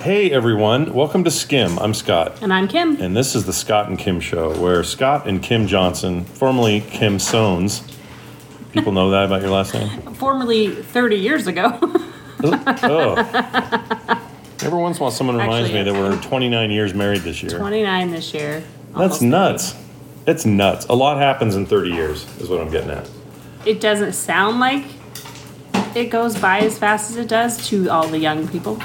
Hey everyone, welcome to Skim. I'm Scott, And I'm Kim. and this is the Scott and Kim Show, where Scott and Kim Johnson, formerly Kim Sones, people know that about your last name. Formerly 30 years ago. Oh. Every once in a while, someone reminds me Actually, that we're 29 years married this year. 29 this year. That's Almost. nuts. It's nuts. A lot happens in 30 years, is what I'm getting at. It doesn't sound like it goes by as fast as it does to all the young people.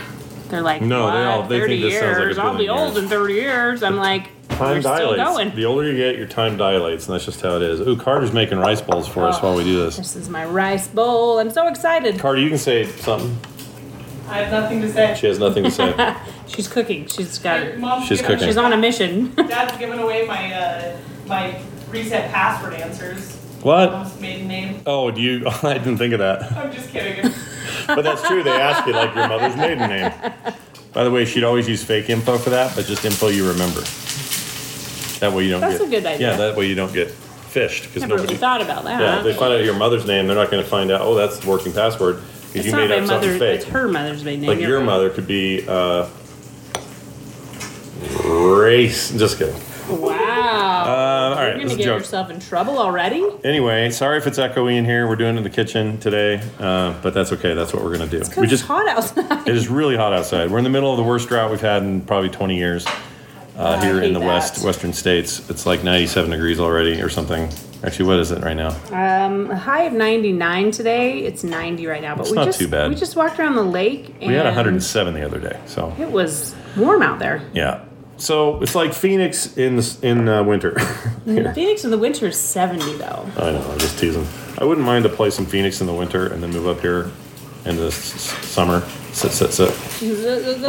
They're like, No, they all- "What? they 30 think this years. sounds like a I'll be billion old years." in 30 years. I'm like, Time we're still dilates. going. The older you get, your time dilates, and that's just how it is. Ooh, Carter's making rice bowls for us Oh. while we do this. This is my rice bowl. I'm so excited. Carter, you can say something. I have nothing to say. She has nothing to say. She's cooking. She's got it. Mom's She's giving- cooking. She's on a mission. Dad's given away my uh, my reset password answers. what? Mom's maiden name. Oh, do you? I didn't think of that. I'm just kidding. But that's true. They ask you like your mother's maiden name. By the way, she'd always use fake info for that, but just info you remember. That way you don't That's get. a good idea. Yeah, that way you don't get fished because Never nobody. really thought about that. yeah, if they find out your mother's name, they're not going to find out. Oh, that's the working password because it's you not made my up mother. something fake. It's her mother's maiden name. Like You're your right. mother could be uh, race. Just kidding. Uh, Wow. all You're right, gonna it's a get joke. yourself in trouble already. Anyway, sorry if it's echoey in here. We're doing it in the kitchen today, uh, but that's okay. That's what we're going to do. Because it's hot outside. It is really hot outside. We're in the middle of the worst drought we've had in probably 20 years uh, I here in hate the that. west western states. It's like 97 degrees already or something. Actually, what is it right now? Um, a high of 99 today. It's 90 right now, but It's we not just too bad. we just walked around the lake. And We had 107 the other day, so It was warm out there. yeah. So it's like Phoenix in the, s- in uh, winter. Here. Phoenix in the winter is 70 though. I know, I'm just teasing. I wouldn't mind a place in Phoenix in the winter and then move up here in the s- s- summer. Sit, sit, sit.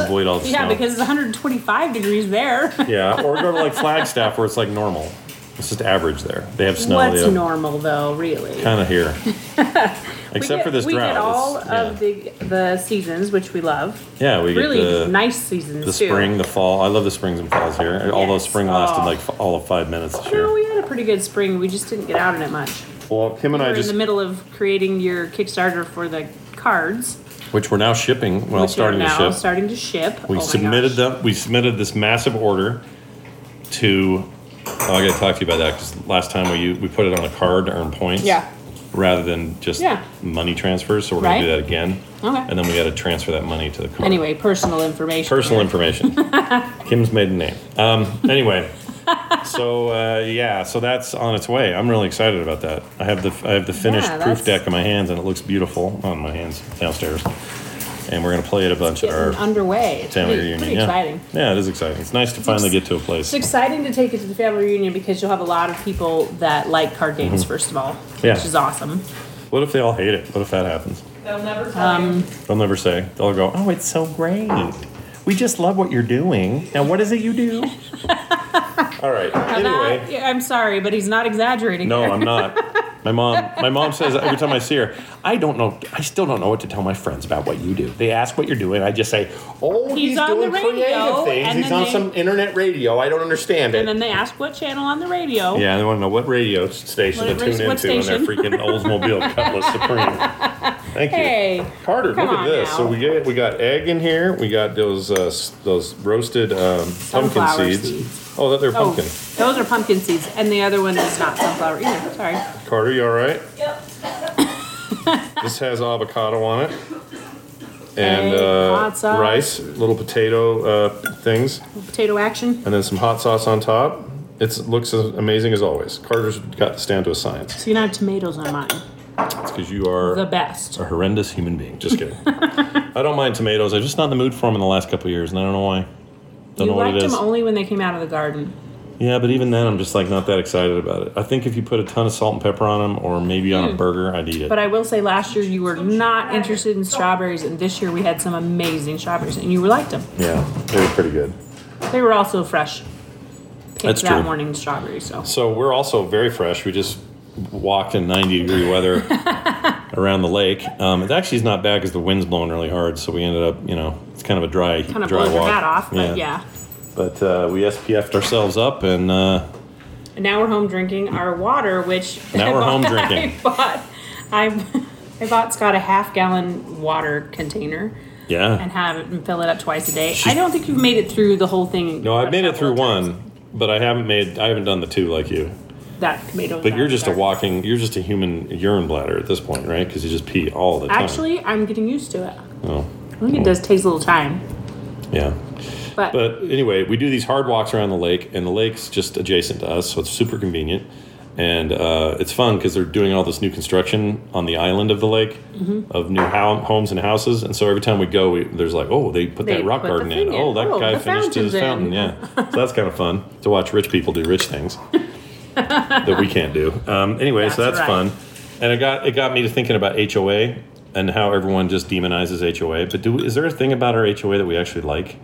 Avoid all the Yeah, snow. because it's 125 degrees there. Yeah, or go to like Flagstaff where it's like normal. It's just average there. They have snow. What's they have, normal though, really? kind of here. We Except get- for this we drought. it's- get all yeah. of the the seasons, which we love. yeah, we get Really the, nice seasons the too. spring, the fall. I love the springs and falls here. Although Yes. spring lasted Oh. like f- all of five minutes this No, year. we had a pretty good spring. We just didn't get out in it much. Well, Kim and I We're just, in the middle of creating your Kickstarter for the cards. which we're now shipping. Well, which are starting to now ship. Starting to ship. we Oh my submitted gosh. them. We submitted this massive order to. Oh, I got to talk to you about that because last time we u- we put it on a card to earn points. Yeah. Rather than just Yeah. money transfers, so we're gonna do Right. that again. Okay. And then we got to transfer that money to the card. Anyway, personal information. personal information. Kim's maiden name. Um, anyway, so uh, yeah, so that's on its way. I'm really excited about that. I have the I have the finished Yeah, proof that's- deck in my hands, and it looks beautiful on my hands downstairs. And we're gonna play it a bunch at Getting our underway. It's family pretty, reunion. pretty yeah. exciting. Yeah, it is exciting. It's nice to finally get to a place. It's exciting to take it to the family reunion because you'll have a lot of people that like card games, first of all, Mm-hmm. Yeah. which is awesome. What if they all hate it? What if that happens? They'll never tell Um, you. They'll never say. They'll go, "Oh, it's so great. We just love what you're doing." Now, what is it you do? all right. Now that- anyway. yeah, I'm sorry, but he's not exaggerating. No, here. I'm not. My mom, my mom says every time I see her, I don't know. I still don't know what to tell my friends about what you do. They ask what you're doing. I just say, "Oh, He's he's, on doing the radio, creative things. and He's then on they- some internet radio. I don't understand And it." then they ask what channel on the radio. Yeah, they want to know what radio station What- to tune what into in their station? freaking Oldsmobile Cutlass Supreme. Thank you, Hey, Carter. come Look at on this. now. So we get we got egg in here. We got those uh, s- those roasted um, pumpkin Sunflower seeds. seeds. Oh, that they're Oh, pumpkin. those are pumpkin seeds, and the other one is not sunflower either. Sorry. Carter, you all right? Yep. This has avocado on it. And Egg, uh, hot sauce. rice, little potato uh, things, Potato action. and then some hot sauce on top. It looks as amazing as always. Carter's got this down to a science. So you don't have tomatoes on mine. It's because you are The best. a horrendous human being. Just kidding. I don't mind tomatoes. I'm just not in the mood for them in the last couple of years, and I don't know why. Don't you know what liked it is. them only when they came out of the garden. yeah, but even then, I'm just like not that excited about it. I think if you put a ton of salt and pepper on them, or maybe on a burger, I'd eat it. Hmm. But I will say, last year you were not interested in strawberries, and this year we had some amazing strawberries, and you liked them. yeah, they were pretty good. They were also fresh. Picked That's that true. morning strawberries. So So we're also very fresh. We just walked in 90 degree weather around the lake. Um, it actually is not bad because the wind's blowing really hard. So we ended up, you know, it's kind of a dry, kind of dry blew your walk. hat off, but yeah. But uh, we SPF'd ourselves up, and uh, And now we're home drinking our water, which Now I we're home bought- drinking. I bought. I I bought Scott a half gallon water container Yeah. and have it and fill it up twice a day. I don't think you've made it through the whole thing. No, I've a made it couple through of times. one, but I haven't made I haven't done the two like you. That tomato. But you're just a there. walking you're just a human urine bladder at this point, right? Because you just pee all the time. Actually, I'm getting used to it. Oh. I think it does take a little time, Yeah. but, But anyway, we do these hard walks around the lake, and the lake's just adjacent to us, so it's super convenient. And uh, it's fun because they're doing all this new construction on the island of the lake Mm-hmm. of new hou- homes and houses. And so every time we go, we, there's like, oh, they put They that rock put the garden in. thing in. Oh, that Oh, guy the finished his fountain's in. fountain. Yeah. so that's kind of fun to watch rich people do rich things that we can't do. Um, anyway, so That's that's right. fun. And it got it got me to thinking about HOA and how everyone just demonizes HOA. But do is there a thing about our HOA that we actually like?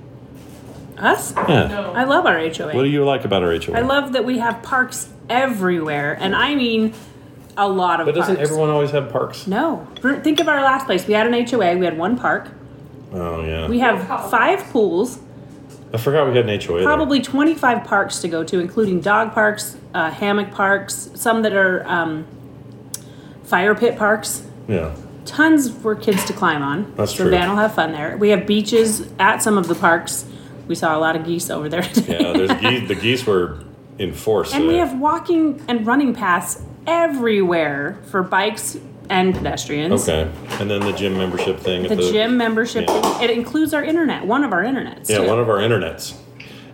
us. Yeah. No. I love our HOA. What do you like about our HOA? I love that we have parks everywhere, and I mean a lot of. But doesn't parks. everyone always have parks? No. For- Think of our last place. We had an HOA. We had one park. Oh yeah. We have five pools, I forgot we had an HOA. there. probably 25 parks to go to, including dog parks, uh, hammock parks, some that are um, fire pit parks. Yeah. Tons for kids to climb on. That's so true. Van will have fun there. We have beaches at some of the parks. We saw a lot of geese over there. today. Yeah. There's geese, the geese were in force. And we there. have walking and running paths everywhere for bikes and pedestrians. Okay. And then the gym membership thing. at The gym membership, yeah. thing- it includes our internet, one of our internets. Yeah, too. one of our internets.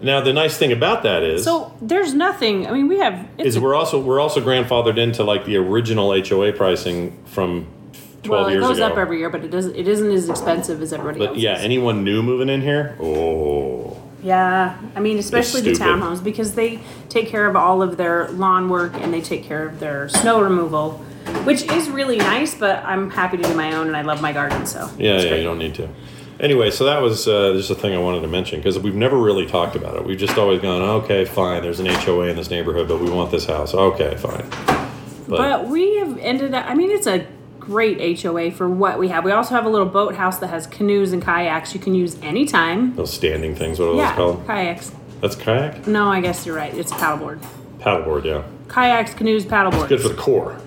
Now the nice thing about that is So there's nothing. I mean, we have. It's is we're also we're also grandfathered into like the original HOA pricing from twelve well, it years goes ago. up every year, but it doesn't. It isn't as expensive as everybody but else. yeah, anyone new moving in here? Oh. yeah. I mean, especially the stupid. townhomes because they take care of all of their lawn work and they take care of their snow removal, which is really nice. But I'm happy to do my own, and I love my garden, so Yeah, it's yeah, great. you don't need to. Anyway, so that was uh, just a thing I wanted to mention because we've never really talked about it. We've just always gone, okay, fine. There's an HOA in this neighborhood, but we want this house. Okay, fine. But, But we have ended up, I mean, it's a great HOA for what we have. We also have a little boathouse that has canoes and kayaks you can use anytime. those standing things, what are yeah, those called? kayaks. That's kayak, No, I guess you're right. It's paddleboard. paddleboard. Yeah, Kayaks, canoes, paddleboard. good for the core.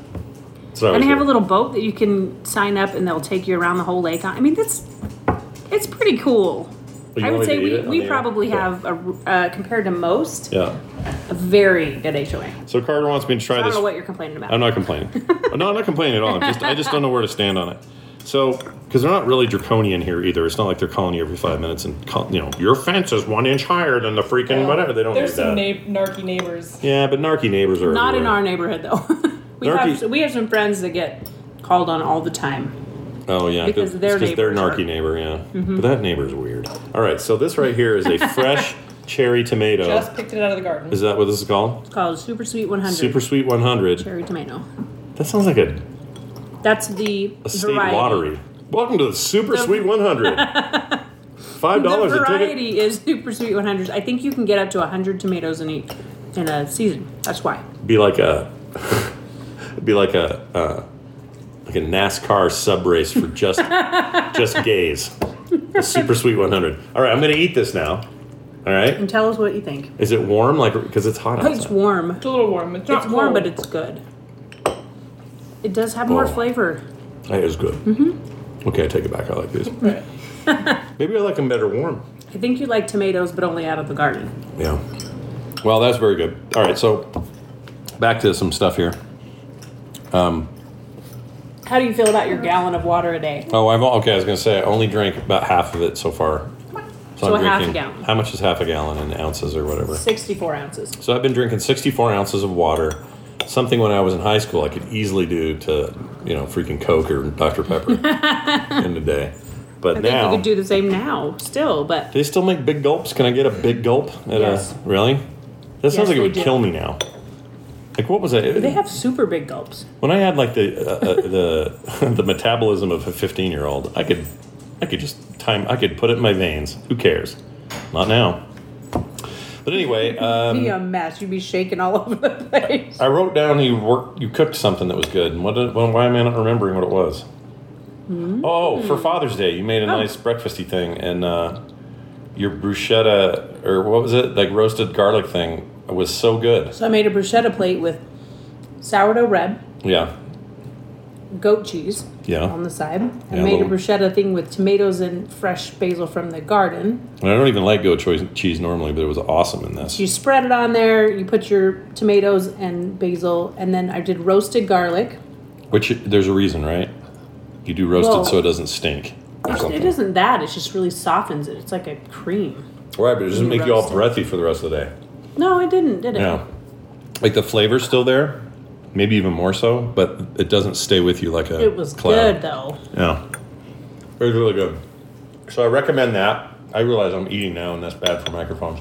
That's what I and was they have a doing. little boat that you can sign up and they'll take you around the whole lake. I mean, that's, it's pretty cool. you I want would me say to eat we, it on we the air? probably Yeah. have, a, uh, compared to most, Yeah. a very good HOA. So Carter wants me to try I don't this know what you're complaining about. I'm not complaining. Oh, no, I'm not complaining at all. I'm just, I just don't know where to stand on it. So, because they're not really draconian here either. It's not like they're calling you every five minutes and call, you know your fence is one inch higher than the freaking whatever. They don't do There's that. some na- narky neighbors. yeah, but narky neighbors are Not in our everywhere. neighborhood, though. we, Narky- have, we have some friends that get called on all the time. Oh yeah, because it's their their neighbors Mm-hmm. narky are- neighbor. Yeah, but that neighbor's weird. All right, so this right here is a fresh cherry tomato. Just picked it out of the garden. is that what this is called? It's called Super Sweet 100 Super sweet 100. Cherry Tomato. That sounds like a, That's the a state variety. lottery. Welcome to the super sweet 100. Five The dollars a ticket. variety is Super Sweet 100s. I think you can get up to 100 tomatoes in a, in a season. That's why. be like a be like a uh, like a NASCAR sub race for just just gays. The super sweet 100. All right, I'm gonna eat this now. All right, And tell us what you think. is it warm? Like because it's hot outside. It's warm. It's a little warm. It's, not It's warm, cold. but it's good. It does have more Oh. flavor. That is good. Mm-hmm. Okay, I take it back. I like these. Right. Maybe I like them better warm. I think you like tomatoes, but only out of the garden. Yeah. Well, that's very good. All right, so back to some stuff here. How do you feel about your gallon of water a day? Oh, I'm okay. I was gonna say I only drank about half of it so far. So I'm a half a drinking- gallon. How much is half a gallon in ounces or whatever? 64 ounces. So I've been drinking 64 ounces of water, something when I was in high school I could easily do to, you know, freaking Coke or Dr. Pepper in the day. But I think now, you could do the same now, still, but do they still make big gulps? Can I get a big gulp? At Yes. a, really? That sounds like it they would do. kill me now. Like what was I? they have super big gulps. when I had like the uh, uh, the the metabolism of a 15 year old, I could I could just time I could put it in my veins. Who cares? Not now. But anyway, um, be a mess. You'd be shaking all over the place. I wrote down you worked, you cooked something that was good. And what? Did, well, why am I not remembering what it was? Oh, for Father's Day, you made a Hmm? Oh. nice breakfasty thing, and uh, your bruschetta or what was it? Like roasted garlic thing was so good. So I made a bruschetta plate with sourdough bread, Yeah, goat cheese Yeah. on the side. I Yeah, a made a little- bruschetta thing with tomatoes and fresh basil from the garden. And I don't even like goat choice, cheese normally, but it was awesome in this. You spread it on there, you put your tomatoes and basil, and then I did roasted garlic. Which there's a reason, right? You do roast Well- it so it doesn't stink. Or It something. isn't that, it just really softens it. It's like a cream. Right, but it doesn't make you all Roast it. breathy for the rest of the day. No, it didn't, did it? Yeah. Like the flavor's still there, maybe even more so, but it doesn't stay with you like a It was cloud. good though. Yeah. It was really good. So I recommend that. I realize I'm eating now and that's bad for microphones.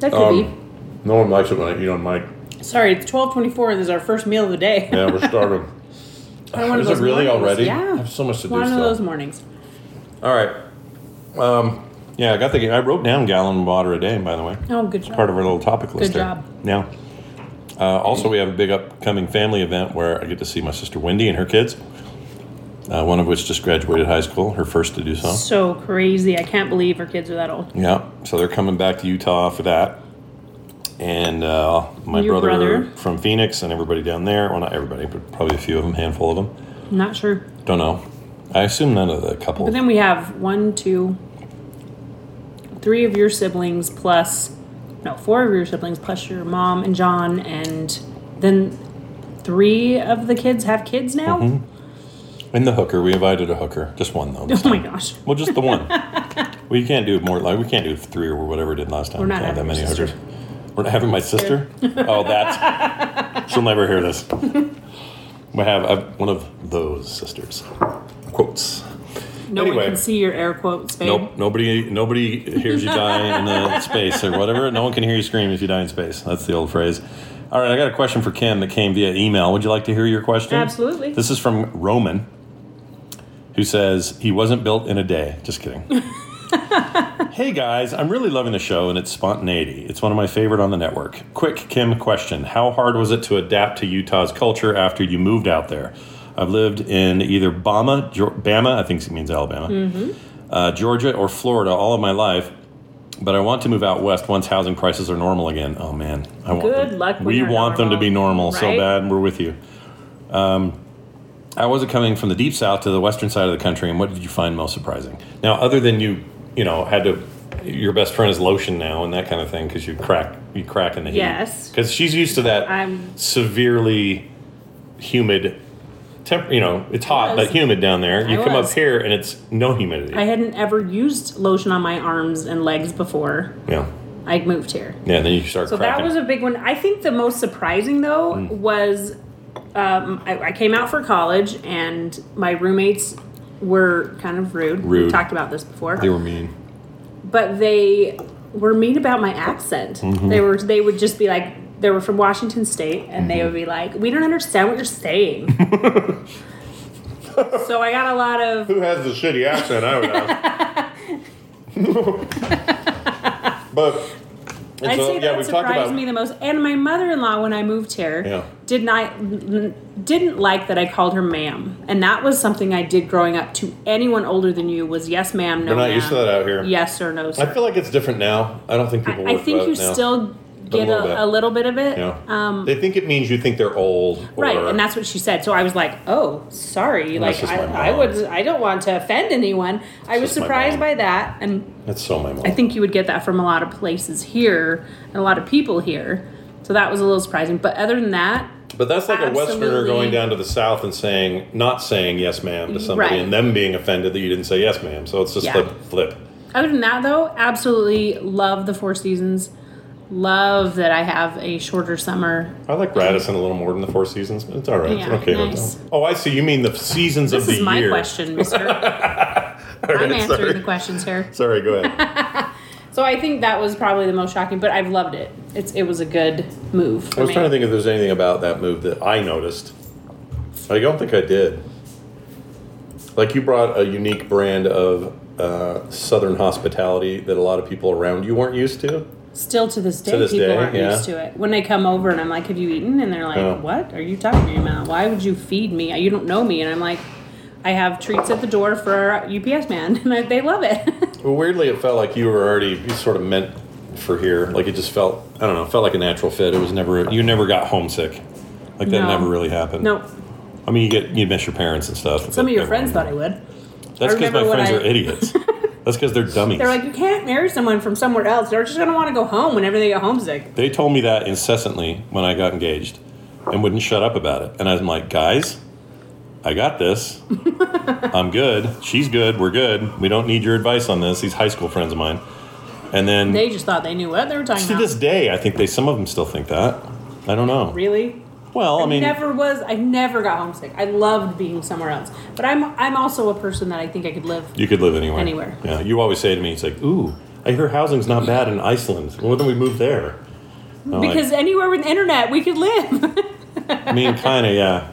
That could Um, no one likes it when I eat on mic. be. Sorry, it's twelve twenty-four, and this is our first meal of the day. Yeah, we're starving. On one of Is those it really mornings. already? Yeah. I have so much to do One of still. those mornings. All right. Um, yeah, I got the. I wrote down gallon of water a day. By the way, Oh, good it's part job. of our little topic list. Good there. job. Yeah. Uh, also, we have a big upcoming family event where I get to see my sister Wendy and her kids. Uh, one of which just graduated high school, her first to do so. So crazy. I can't believe her kids are that old. Yeah, so they're coming back to Utah for that. And uh, my Your brother, brother. from Phoenix and everybody down there. Well, not everybody, but probably a few of them, handful of them. Not sure. Don't know. I assume none of the couple. But then we have one, two, three of your siblings plus, no, four of your siblings plus your mom and John, and then three of the kids have kids now. Mm-hmm. And the hooker. We invited a hooker. Just one, though. this Oh my time. gosh, Well, just the one. we can't do more. Like we can't do three or whatever we did last time. We're not we can't have that having many your sister. hookers. We're not having my sister. oh, that's. She'll never hear this. We have uh, one of those sisters. Quotes. no Anyway. one can see your air quotes, babe. Nope. Nobody. Nobody hears you die in uh, space or whatever. No one can hear you scream if you die in space. That's the old phrase. All right, I got a question for Kim that came via email. Would you like to hear your question? Absolutely. This is from Roman, who says he wasn't built in a day. Just kidding. hey guys, I'm really loving the show and its spontaneity. It's one of my favorite on the network. Quick Kim question How hard was it to adapt to Utah's culture after you moved out there? I've lived in either Bama, Geor- Bama, I think it means Alabama, uh, Georgia, or Florida all of my life. But I want to move out west once housing prices are normal again. Oh man, I want Good them. luck when we they're want them to be normal normal, so right? bad. and We're with you. Um, I wasn't coming from the deep south to the western side of the country, and what did you find most surprising? Now, other than you, you know, had to, your best friend is lotion now and that kind of thing because you crack, you crack in the heat. Yes. because she's used to that I'm- severely humid. Temp, you know, it's hot was. but humid down there. You I come was. up here and it's no humidity. I hadn't ever used lotion on my arms and legs before yeah, I moved here. yeah. Then you start. So cracking. Mm. that was a big one. I think the most surprising though was um, I, I came out for college and my roommates were kind of rude. Rude. We talked about this before, They were mean. but they were mean about my accent. Mm-hmm. They were they would just be like they were from Washington State and they Mm-hmm. would be like, "We don't understand what you're saying." so I got a lot of Who has the shitty accent? I would ask. but and I'd so, say yeah, that we've talked surprised about me the most. And my mother-in-law, when I moved here, Yeah. did not didn't like that I called her ma'am, and that was something I did growing up to anyone older than you was yes ma'am, no. We're not ma'am, used to that out here. Yes or no. I Sir. feel like it's different now. I don't think I, people. I would think vote you now. still get little bit. a, a little bit of it. Yeah. Um, they think it means you think they're old. Right, or- and that's what she said. So I was like, "Oh, sorry. That's Like, just my mom. I, I would, I don't want to offend anyone." I was just my mom. surprised by that, and that's so my mom. I think you would get that from a lot of places here and a lot of people here. So that was a little surprising. But other than that, but that's like a Westerner Absolutely. going down to the South and saying, not saying yes, ma'am, to somebody, Right. and them being offended that you didn't say yes, ma'am. So it's just Yeah. flip, flip. other than that though, absolutely love the four seasons. Love that I have a shorter summer. I like Radisson a little more than the Four Seasons. It's all right. Yeah, okay with nice. that. Oh, I see. You mean the seasons This of the is my year? question, mister. All I'm right, answering sorry. the questions here. Sorry, go ahead. So I think that was probably the most shocking, but I've loved it. It's it was a good move. I For was me. trying to think if there's anything about that move that I noticed. I don't think I did. Like you brought a unique brand of uh, Southern hospitality that a lot of people around you weren't used to. Still to this day, this people day, aren't yeah. Oh. used to it. When they come over and I'm like, "Have you eaten?" and they're like, Yeah. "What are you talking about? Why would you feed me? You don't know me." And I'm like, "I have treats at the door for our UPS man, and I, they love it." Well, weirdly, it felt like you were already you sort of meant for here. Like it just felt I don't know, it felt like a natural fit. It was never you never got homesick. Like that No. never really happened. nope. I mean, you get you miss your parents and stuff. Some but of your everyone- friends thought I would. That's I because my remember when friends I- are idiots. That's because they're dummies. They're like, you can't marry someone from somewhere else. They're just gonna want to go home whenever they get homesick. They told me that incessantly when I got engaged and wouldn't shut up about it. And I'm like, guys, I got this. I'm good. She's good. We're good. We don't need your advice on this. These high school friends of mine. And then They just thought they knew what they were talking to about. this day, I think they some of them still think that. I don't know. really? Well, I mean, never was. I never got homesick. I loved being somewhere else. But I'm I'm also a person that I think I could live. you could live anywhere. Anywhere. Yeah. You always say to me, it's like, ooh, I hear housing's not bad in Iceland. Why don't we move there? I'm like, Because anywhere with internet, we could live. I mean, kind of, yeah.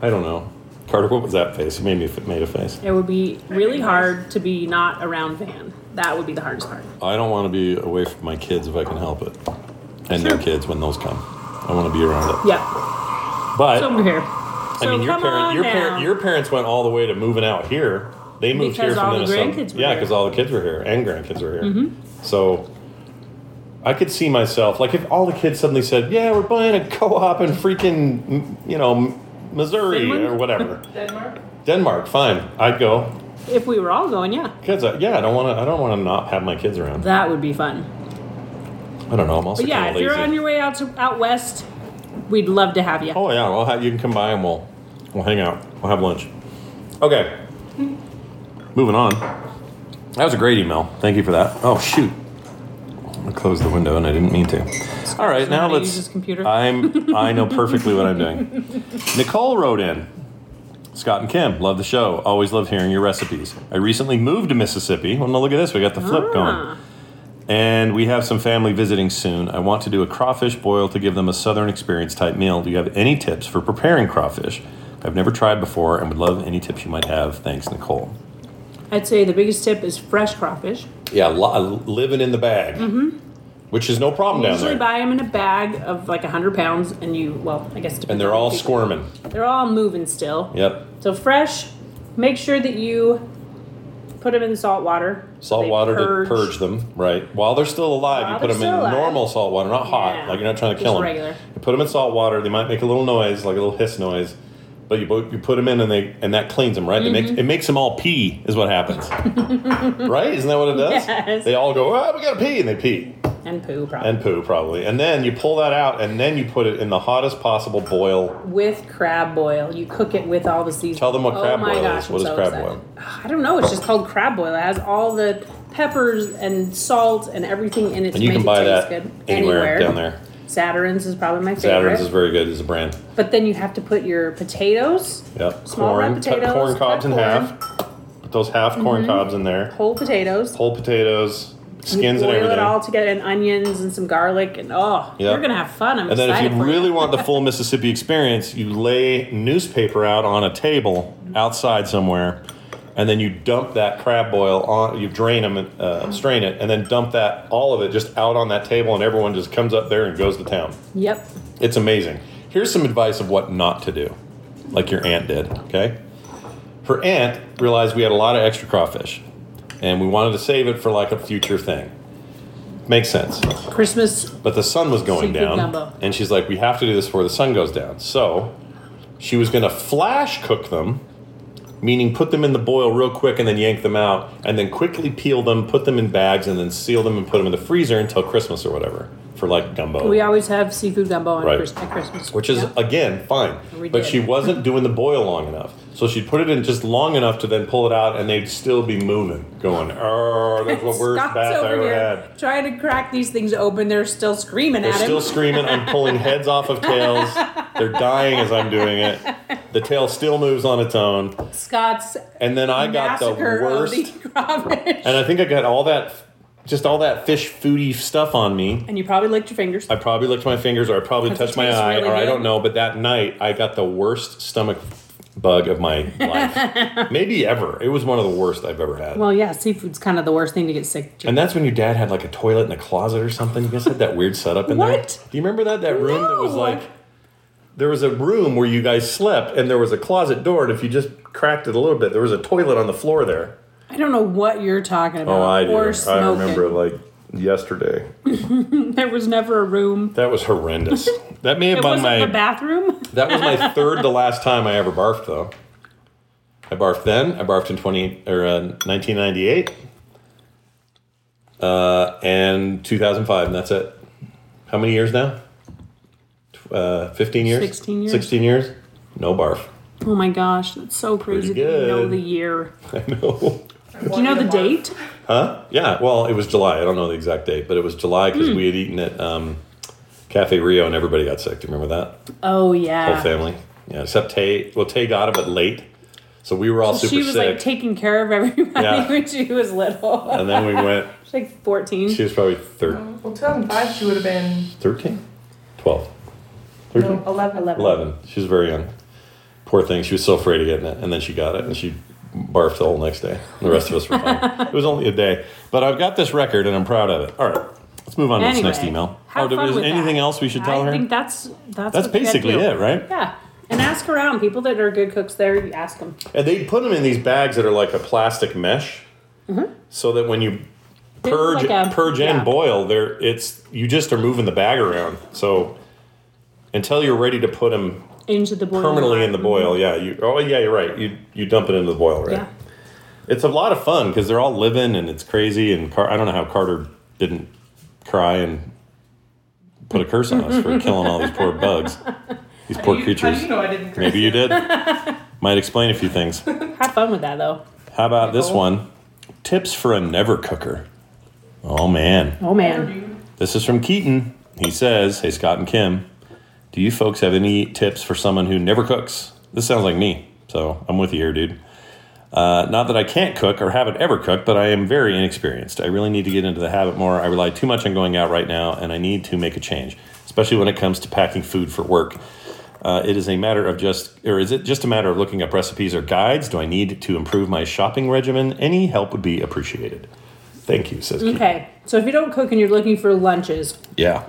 I don't know. Carter, what was that face? It made me made a face. it would be really hard to be not around Van. That would be the hardest part. I don't want to be away from my kids if I can help it, and their kids when those come. I want to be around it. Yeah. But So we're here. I mean, so your come parent, on your now. parent, your parents went all the way to moving out here. They moved here Because from all the Minnesota. grandkids were yeah, here. Mm-hmm. because all the kids were here and grandkids were here. So I could see myself like if all the kids suddenly said, "Yeah, we're buying a co-op in freaking m- you know M- Missouri Finland? or whatever, Denmark? Denmark." Fine, I'd go. if we were all going, yeah, Kids, I, yeah, I don't want to. I don't want to not have my kids around. that would be fun. I don't know. I'm also But yeah, kind if of lazy. you're on your way out to out west, we'd love to have you. Oh yeah, well ha- you can come by and we'll we'll hang out. We'll have lunch. Okay. Moving on. That was a great email. Thank you for that. Oh shoot. I closed the window and I didn't mean to. All right, know now how to let's use this computer. I'm I know perfectly what I'm doing. Nicole wrote in. Scott and Kim, love the show. Always love hearing your recipes. I recently moved to Mississippi. Well, now look at this. We got the flip going. Ah. And we have some family visiting soon. I want to do a crawfish boil to give them a southern experience type meal. Do you have any tips for preparing crawfish? I've never tried before and would love any tips you might have. Thanks, Nicole. I'd say the biggest tip is fresh crawfish. Yeah, li- living in the bag, mm-hmm. which is no problem You down usually there. buy them in a bag of like 100 pounds, and you, well, I guess it depends. and they're on all people. squirming. They're all moving still. Yep. So fresh, make sure that you put them in salt water. Salt They water to purge them, right? While they're still alive, While you put they're them in still alive. normal salt water, not hot. Yeah. Like you're not trying to Just kill them. regular. You put them in salt water. They might make a little noise, like a little hiss noise, but you bo- you put them in and they and that cleans them, right? They Mm-hmm. make, it makes them all pee, is what happens, right? Isn't that what it does? Yes. They all go, oh, we gotta pee, and they pee And poo, probably. and poo probably, and then you pull that out, and then you put it in the hottest possible boil. with crab boil. You cook it with all the seasoning. Tell them what oh crab my boil gosh, is. I'm What is so crab excited. boil? I don't know. It's just called crab boil. It has all the peppers and salt and everything in it And to you make can it buy taste that good. anywhere, down there. Saturn's is probably my favorite. Saturn's is very good as a brand. but then you have to put your potatoes, Yep. Small red corn, cut potatoes, corn cut cobs in corn. half. Put those half corn cobs in there. whole potatoes, whole potatoes, skins, you and boil everything. it all together, and onions and some garlic, and oh, Yep. you're gonna have fun. I'm and then, if excited you for really you. want the full Mississippi experience, you lay newspaper out on a table outside somewhere, and then you dump that crab boil on. You drain them and uh, strain it, and then dump that all of it just out on that table, and everyone just comes up there and goes to town. Yep. It's amazing. Here's some advice of what not to do, like your aunt did, okay? Her aunt realized we had a lot of extra crawfish and we wanted to save it for like a future thing. Makes sense. Christmas. But the sun was going Seafood down. gumbo. And she's like, we have to do this before the sun goes down. So she was going to flash cook them, meaning put them in the boil real quick and then yank them out, and then quickly peel them, put them in bags, and then seal them and put them in the freezer until Christmas or whatever for like gumbo We always have seafood gumbo on Right. Christ- at Christmas, which is Yep. again fine. We But did. she wasn't doing the boil long enough, so she'd put it in just long enough to then pull it out, and they'd still be moving, going, "Oh, that's the worst Scott's bath I over ever here had." trying to crack these things open. They're still screaming They're at still him. screaming. I'm pulling heads off of tails. They're dying as I'm doing it. The tail still moves on its own, Scott's and then I got the massacre worst. of the crawfish. and I think I got all that, just all that fish foody stuff on me. And you probably licked your fingers. I probably licked my fingers, or I probably Does it touched my taste eye, really or I good? don't know. But that night, I got the worst stomach bug of my life, maybe ever. It was one of the worst I've ever had. well, yeah, seafood's kind of the worst thing to get sick to. and that's when your dad had like a toilet in a closet or something. You guys had that weird setup in there. What? Do you remember that that room that was No. like? There was a room where you guys slept, and there was a closet door. And if you just cracked it a little bit, there was a toilet on the floor there. I don't know what you're talking about. Oh, I do. Or smoking. I remember like yesterday. There was never a room. That was horrendous. that may have It been wasn't my the bathroom. that was my third to last time I ever barfed though. I barfed then. I barfed in twenty or uh, nineteen ninety eight, uh, and two thousand five, and that's it. How many years now? Tw- Uh, Fifteen years. 16 years. Sixteen years. No barf. Oh my gosh, that's so crazy. Pretty that You know good. the year. I know. Do you know the date? Huh? Yeah. Well, it was July. I don't know the exact date, but it was July Hmm. because we had eaten at um, Cafe Rio and everybody got sick. Do you remember that? Oh Whole yeah. family. Yeah, except Tay. Well, Tay got it, but late. So we were all super She was sick. like taking care of everybody Yeah. when she was little. and then we went. She's like 14. She was probably thir- Well, 2005, she would have been 13, 12, no, 13, 11. 11. She was very young. Poor thing. She was so afraid of getting it. And then she got it and she barfed the whole next day. The rest of us were fine. It was only a day. But I've got this record and I'm proud of it. All right. Let's move on to Anyway, this next email. have do- fun is with anything that. else we should tell I her? think that's that's That's what you gotta basically do. it, right? Yeah, and ask around. People that are good cooks there, you ask them. And they put them in these bags that are like a plastic mesh, Mm-hmm. so that when you They look purge, like a- purge yeah. and boil, there it's you just are moving the bag around. So until you're ready to put them Into the boiling permanently pot. in the boil, yeah, you oh yeah, you're right. You you dump it into the boil, right? Yeah, It's a lot of fun because they're all living and it's crazy. And Car- I don't know how Carter didn't cry and put a curse on us for killing all these poor bugs, these poor you, How creatures. do you know I didn't curse? Maybe you did. Might explain a few things. have fun with that though. How about this one? Tips for a never cooker. Oh man. Oh man, This is from Keaton. He says, Hey Scott and Kim, do you folks have any tips for someone who never cooks? This sounds like me, so I'm with you here, dude. Uh, not that I can't cook or haven't ever cooked, but I am very inexperienced. I really need to get into the habit more. I rely too much on going out right now, and I need to make a change, especially when it comes to packing food for work. Uh, it is a matter of just, or is it just a matter of looking up recipes or guides? Do I need to improve my shopping regimen? Any help would be appreciated. Thank you, says Keith. okay. So if you don't cook and you're looking for lunches, Yeah.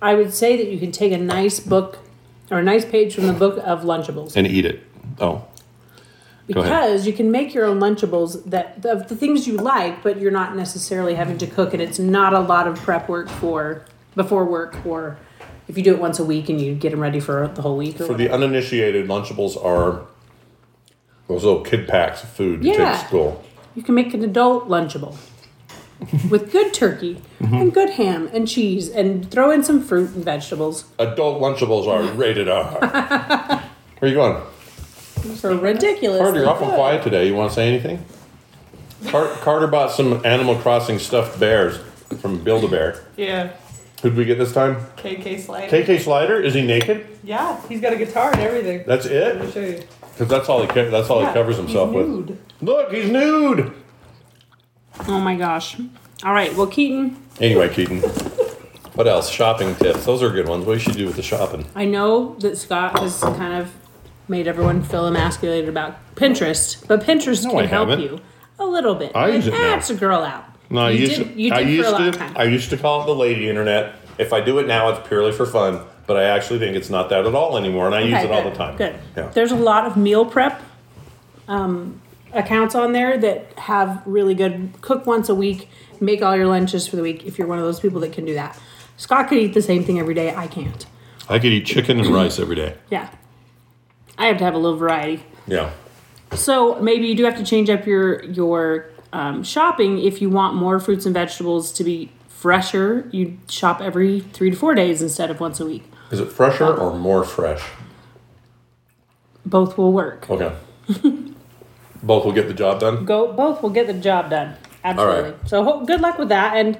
I would say that you can take a nice book or a nice page from the book of Lunchables And eat it. Oh, ahead. because you can make your own Lunchables that of the things you like, but you're not necessarily having to cook, and it's not a lot of prep work for before work or. If you do it once a week and you get them ready for the whole week, or for the uninitiated, Lunchables are those little kid packs of food you Yeah. take to school. You can make an adult Lunchable with good turkey Mm-hmm. and good ham and cheese and throw in some fruit and vegetables Adult Lunchables are rated R. Where are you going? for ridiculous. Carter, you're awful quiet today. You want to say anything? Car- Carter bought some Animal Crossing stuffed bears from Build a Bear. Yeah. Who'd we get this time? KK Slide. KK Slider? Is he naked? yeah. He's got a guitar and everything. That's Let me it? show you. Because that's all he co- that's all yeah. he covers himself He's with. nude. Look, he's nude. Oh my gosh. All right, well, Keaton, Anyway, Keaton. What else? Shopping tips. Those are good ones. What you should do with the shopping? I know that Scott has kind of made everyone feel emasculated about Pinterest, but Pinterest No, can I help haven't. you a little bit. I use it now. That's a girl out. No, I You used did- to, you I did for a used long to time. I used to call it the lady internet. If I do it now, it's purely for fun. But I actually think it's not that at all anymore, and I use Okay, it all good, the time. Good. Yeah. There's a lot of meal prep um, accounts on there that have really good cook once a week, make all your lunches for the week if you're one of those people that can do that. Scott could eat the same thing every day. I can't. I could eat chicken and rice every day. Yeah. I have to have a little variety. Yeah. So maybe you do have to change up your your um, shopping if you want more fruits and vegetables to be fresher. You shop every three to four days instead of once a week. Is it fresher or more fresh? Both will work. Okay. Both will get the job done. go both will get the job done absolutely so ho- good luck with that and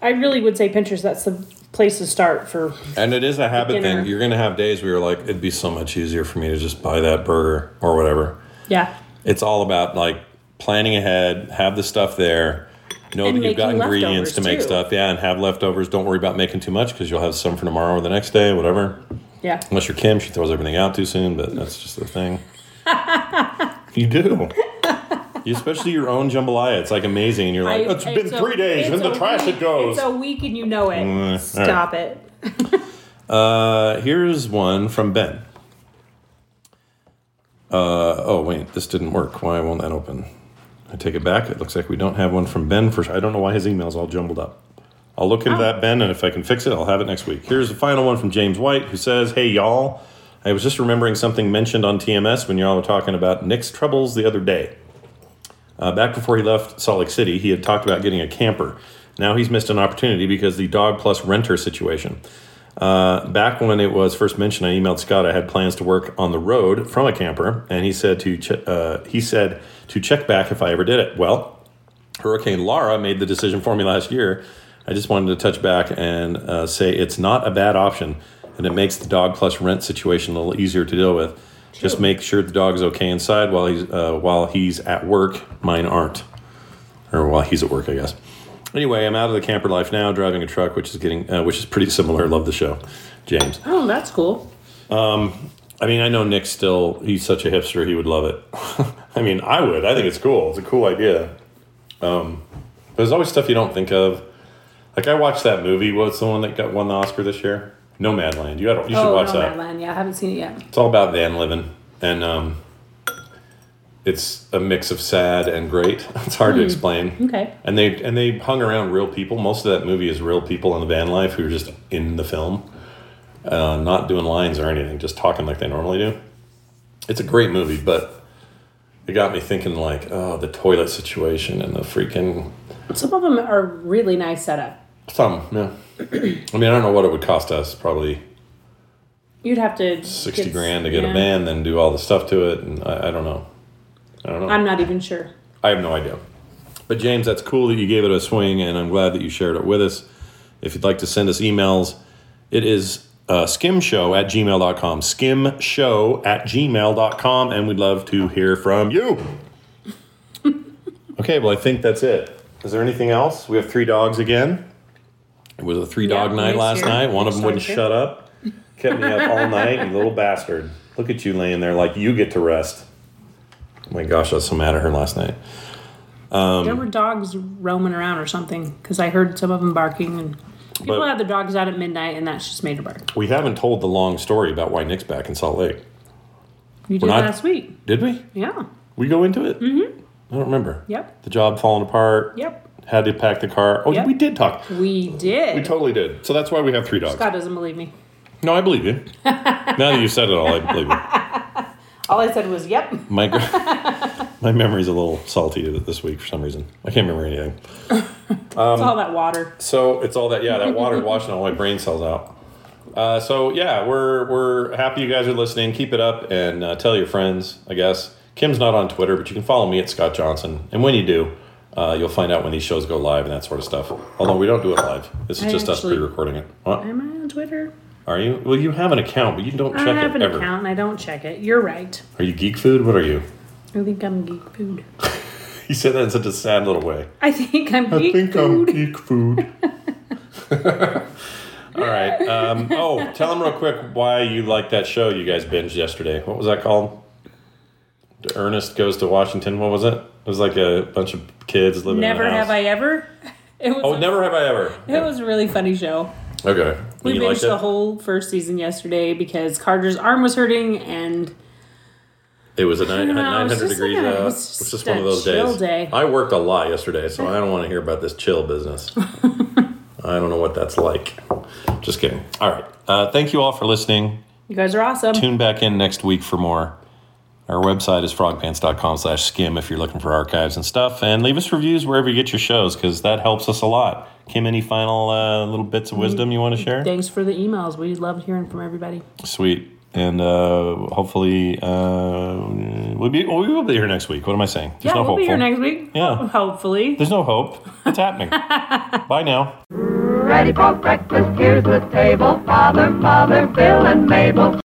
i really would say pinterest that's the place to start for And it is a habit Beginner. thing. You're going to have days where you're like, it'd be so much easier for me to just buy that burger or whatever. yeah It's all about like planning ahead, have the stuff there, know And that you've got making ingredients to leftovers, make too. stuff. Yeah, and have leftovers. Don't worry about making too much because you'll have some for tomorrow or the next day, whatever. yeah Unless you're Kim, she throws everything out too soon, but that's just the thing. you do. You, especially your own jambalaya. It's like amazing. And you're like, I- it's been a- three days it's and the a trash week- it goes. Mm, it's a week and you know it all right. stop it Uh, here's one from Ben. Uh, oh, wait, this didn't work. Why won't that open? I take it back. It looks like we don't have one from Ben. For I don't know why his email's all jumbled up. I'll look into that, Ben, and if I can fix it, I'll have it next week. Here's the final one from James White, who says, "Hey y'all, I was just remembering something mentioned on TMS when y'all were talking about Nick's troubles the other day. Uh, back before he left Salt Lake City, he had talked about getting a camper. Now he's missed an opportunity because the dog plus renter situation." back when it was first mentioned, I emailed Scott. I had plans to work on the road from a camper, and he said to che- uh, he said to check back if I ever did it. Well, Hurricane Laura made the decision for me last year. I just wanted to touch back and uh, say it's not a bad option, and it makes the dog plus rent situation a little easier to deal with. Just make sure the dog's okay inside while he's uh, while he's at work. Mine aren't or while he's at work, I guess. Anyway, I'm out of the camper life now, driving a truck, which is getting, uh, which is pretty similar. Love the show, James. Oh, that's cool. I mean, I know Nick still. He's such a hipster. He would love it. I mean, I would. I think it's cool. It's a cool idea. Um, but there's always stuff you don't think of. Like I watched that movie. What's the one that got won the Oscar this year? Nomadland. You gotta, you should oh, watch that. Nomadland. Yeah, I haven't seen it yet. It's all about van living, and um, it's a mix of sad and great. It's hard Hmm. to explain. Okay. And they and they hung around real people. Most of that movie is real people in the van life who are just in the film, uh, not doing lines or anything, just talking like they normally do. It's a great movie, but it got me thinking like, oh, the toilet situation and the freaking Some of them are really nice setup. some. Yeah, I mean, I don't know what it would cost us. Probably You'd have to sixty get- grand to get yeah. a van, then do all the stuff to it, and I, I don't know. I don't know. I'm not even sure. I have no idea. But James, that's cool that you gave it a swing, and I'm glad that you shared it with us. If you'd like to send us emails, it is uh, skimshow at gmail.com. Skimshow at gmail.com, and we'd love to hear from you. okay, well, I think that's it. Is there anything else? We have three dogs again. It was a three dog Yeah, night nice last year. night. One of them Nice wouldn't dog, too. shut up, kept me up all night, you little bastard. Look at you laying there like you get to rest. Oh my gosh, I was so mad at her last night. there were dogs roaming around or something because I heard some of them barking and people But- had their dogs out at midnight and that's just made her bark. We haven't told the long story about why Nick's back in Salt Lake. You did not- last week. Did we? Yeah. We go into it? Mm-hmm. I don't remember. Yep. The job falling apart. Yep. Had to pack the car. Oh, Yep. we did talk. We did. We totally did. So that's why we have three dogs. Scott doesn't believe me. No, I believe you. now that you said it all, I believe you. All I said was, yep. My, gr- my memory's a little salty this week for some reason. I can't remember anything. Um, it's all that water. So it's all that yeah, that water washing all my brain cells out. Uh, so yeah, we're we're happy you guys are listening. Keep it up and uh, tell your friends. I guess Kim's not on Twitter, but you can follow me at Scott Johnson. And when you do, uh, you'll find out when these shows go live and that sort of stuff. Although we don't do it live. This is I just us actually- pre-recording it. What? Am I on Twitter? Are you? Well, you have an account, but you don't check I have it an ever. account and I don't check it. You're right. Are you Geek Food? What are you? I think I'm geek food. You said that in such a sad little way. I think I'm geek I'm food. geek food. All right. Um, oh, tell them real quick why you like that show you guys binged yesterday. What was that called? Ernest goes to Washington. What was it? It was like a bunch of kids living. Never in a house. have I ever. It was, Oh, never have I ever. it was a really funny show. Okay. We you binged liked the it? whole first season yesterday because Carter's arm was hurting and It was a nine, don't know, it 900 was just degrees like a- out. it It was was just just one of a those chill days. day. I worked a lot yesterday, so I don't want to hear about this chill business. I don't know what that's like. Just kidding. All right. Uh, thank you all for listening. you guys are awesome. tune back in next week for more. Our website is frogpants.com slash skim if you're looking for archives and stuff. And leave us reviews wherever you get your shows because that helps us a lot. Kim, any final uh, little bits of wisdom you want to share? Thanks for the emails. We loved hearing from everybody. Sweet. And uh, hopefully uh, we'll be, we will be here next week. What am I saying? There's yeah, no we'll hopeful. be here next week. Yeah. Hopefully. There's no hope. It's happening. Bye now. ready for breakfast. Here's the table. Father, Mother, Bill, and Mabel.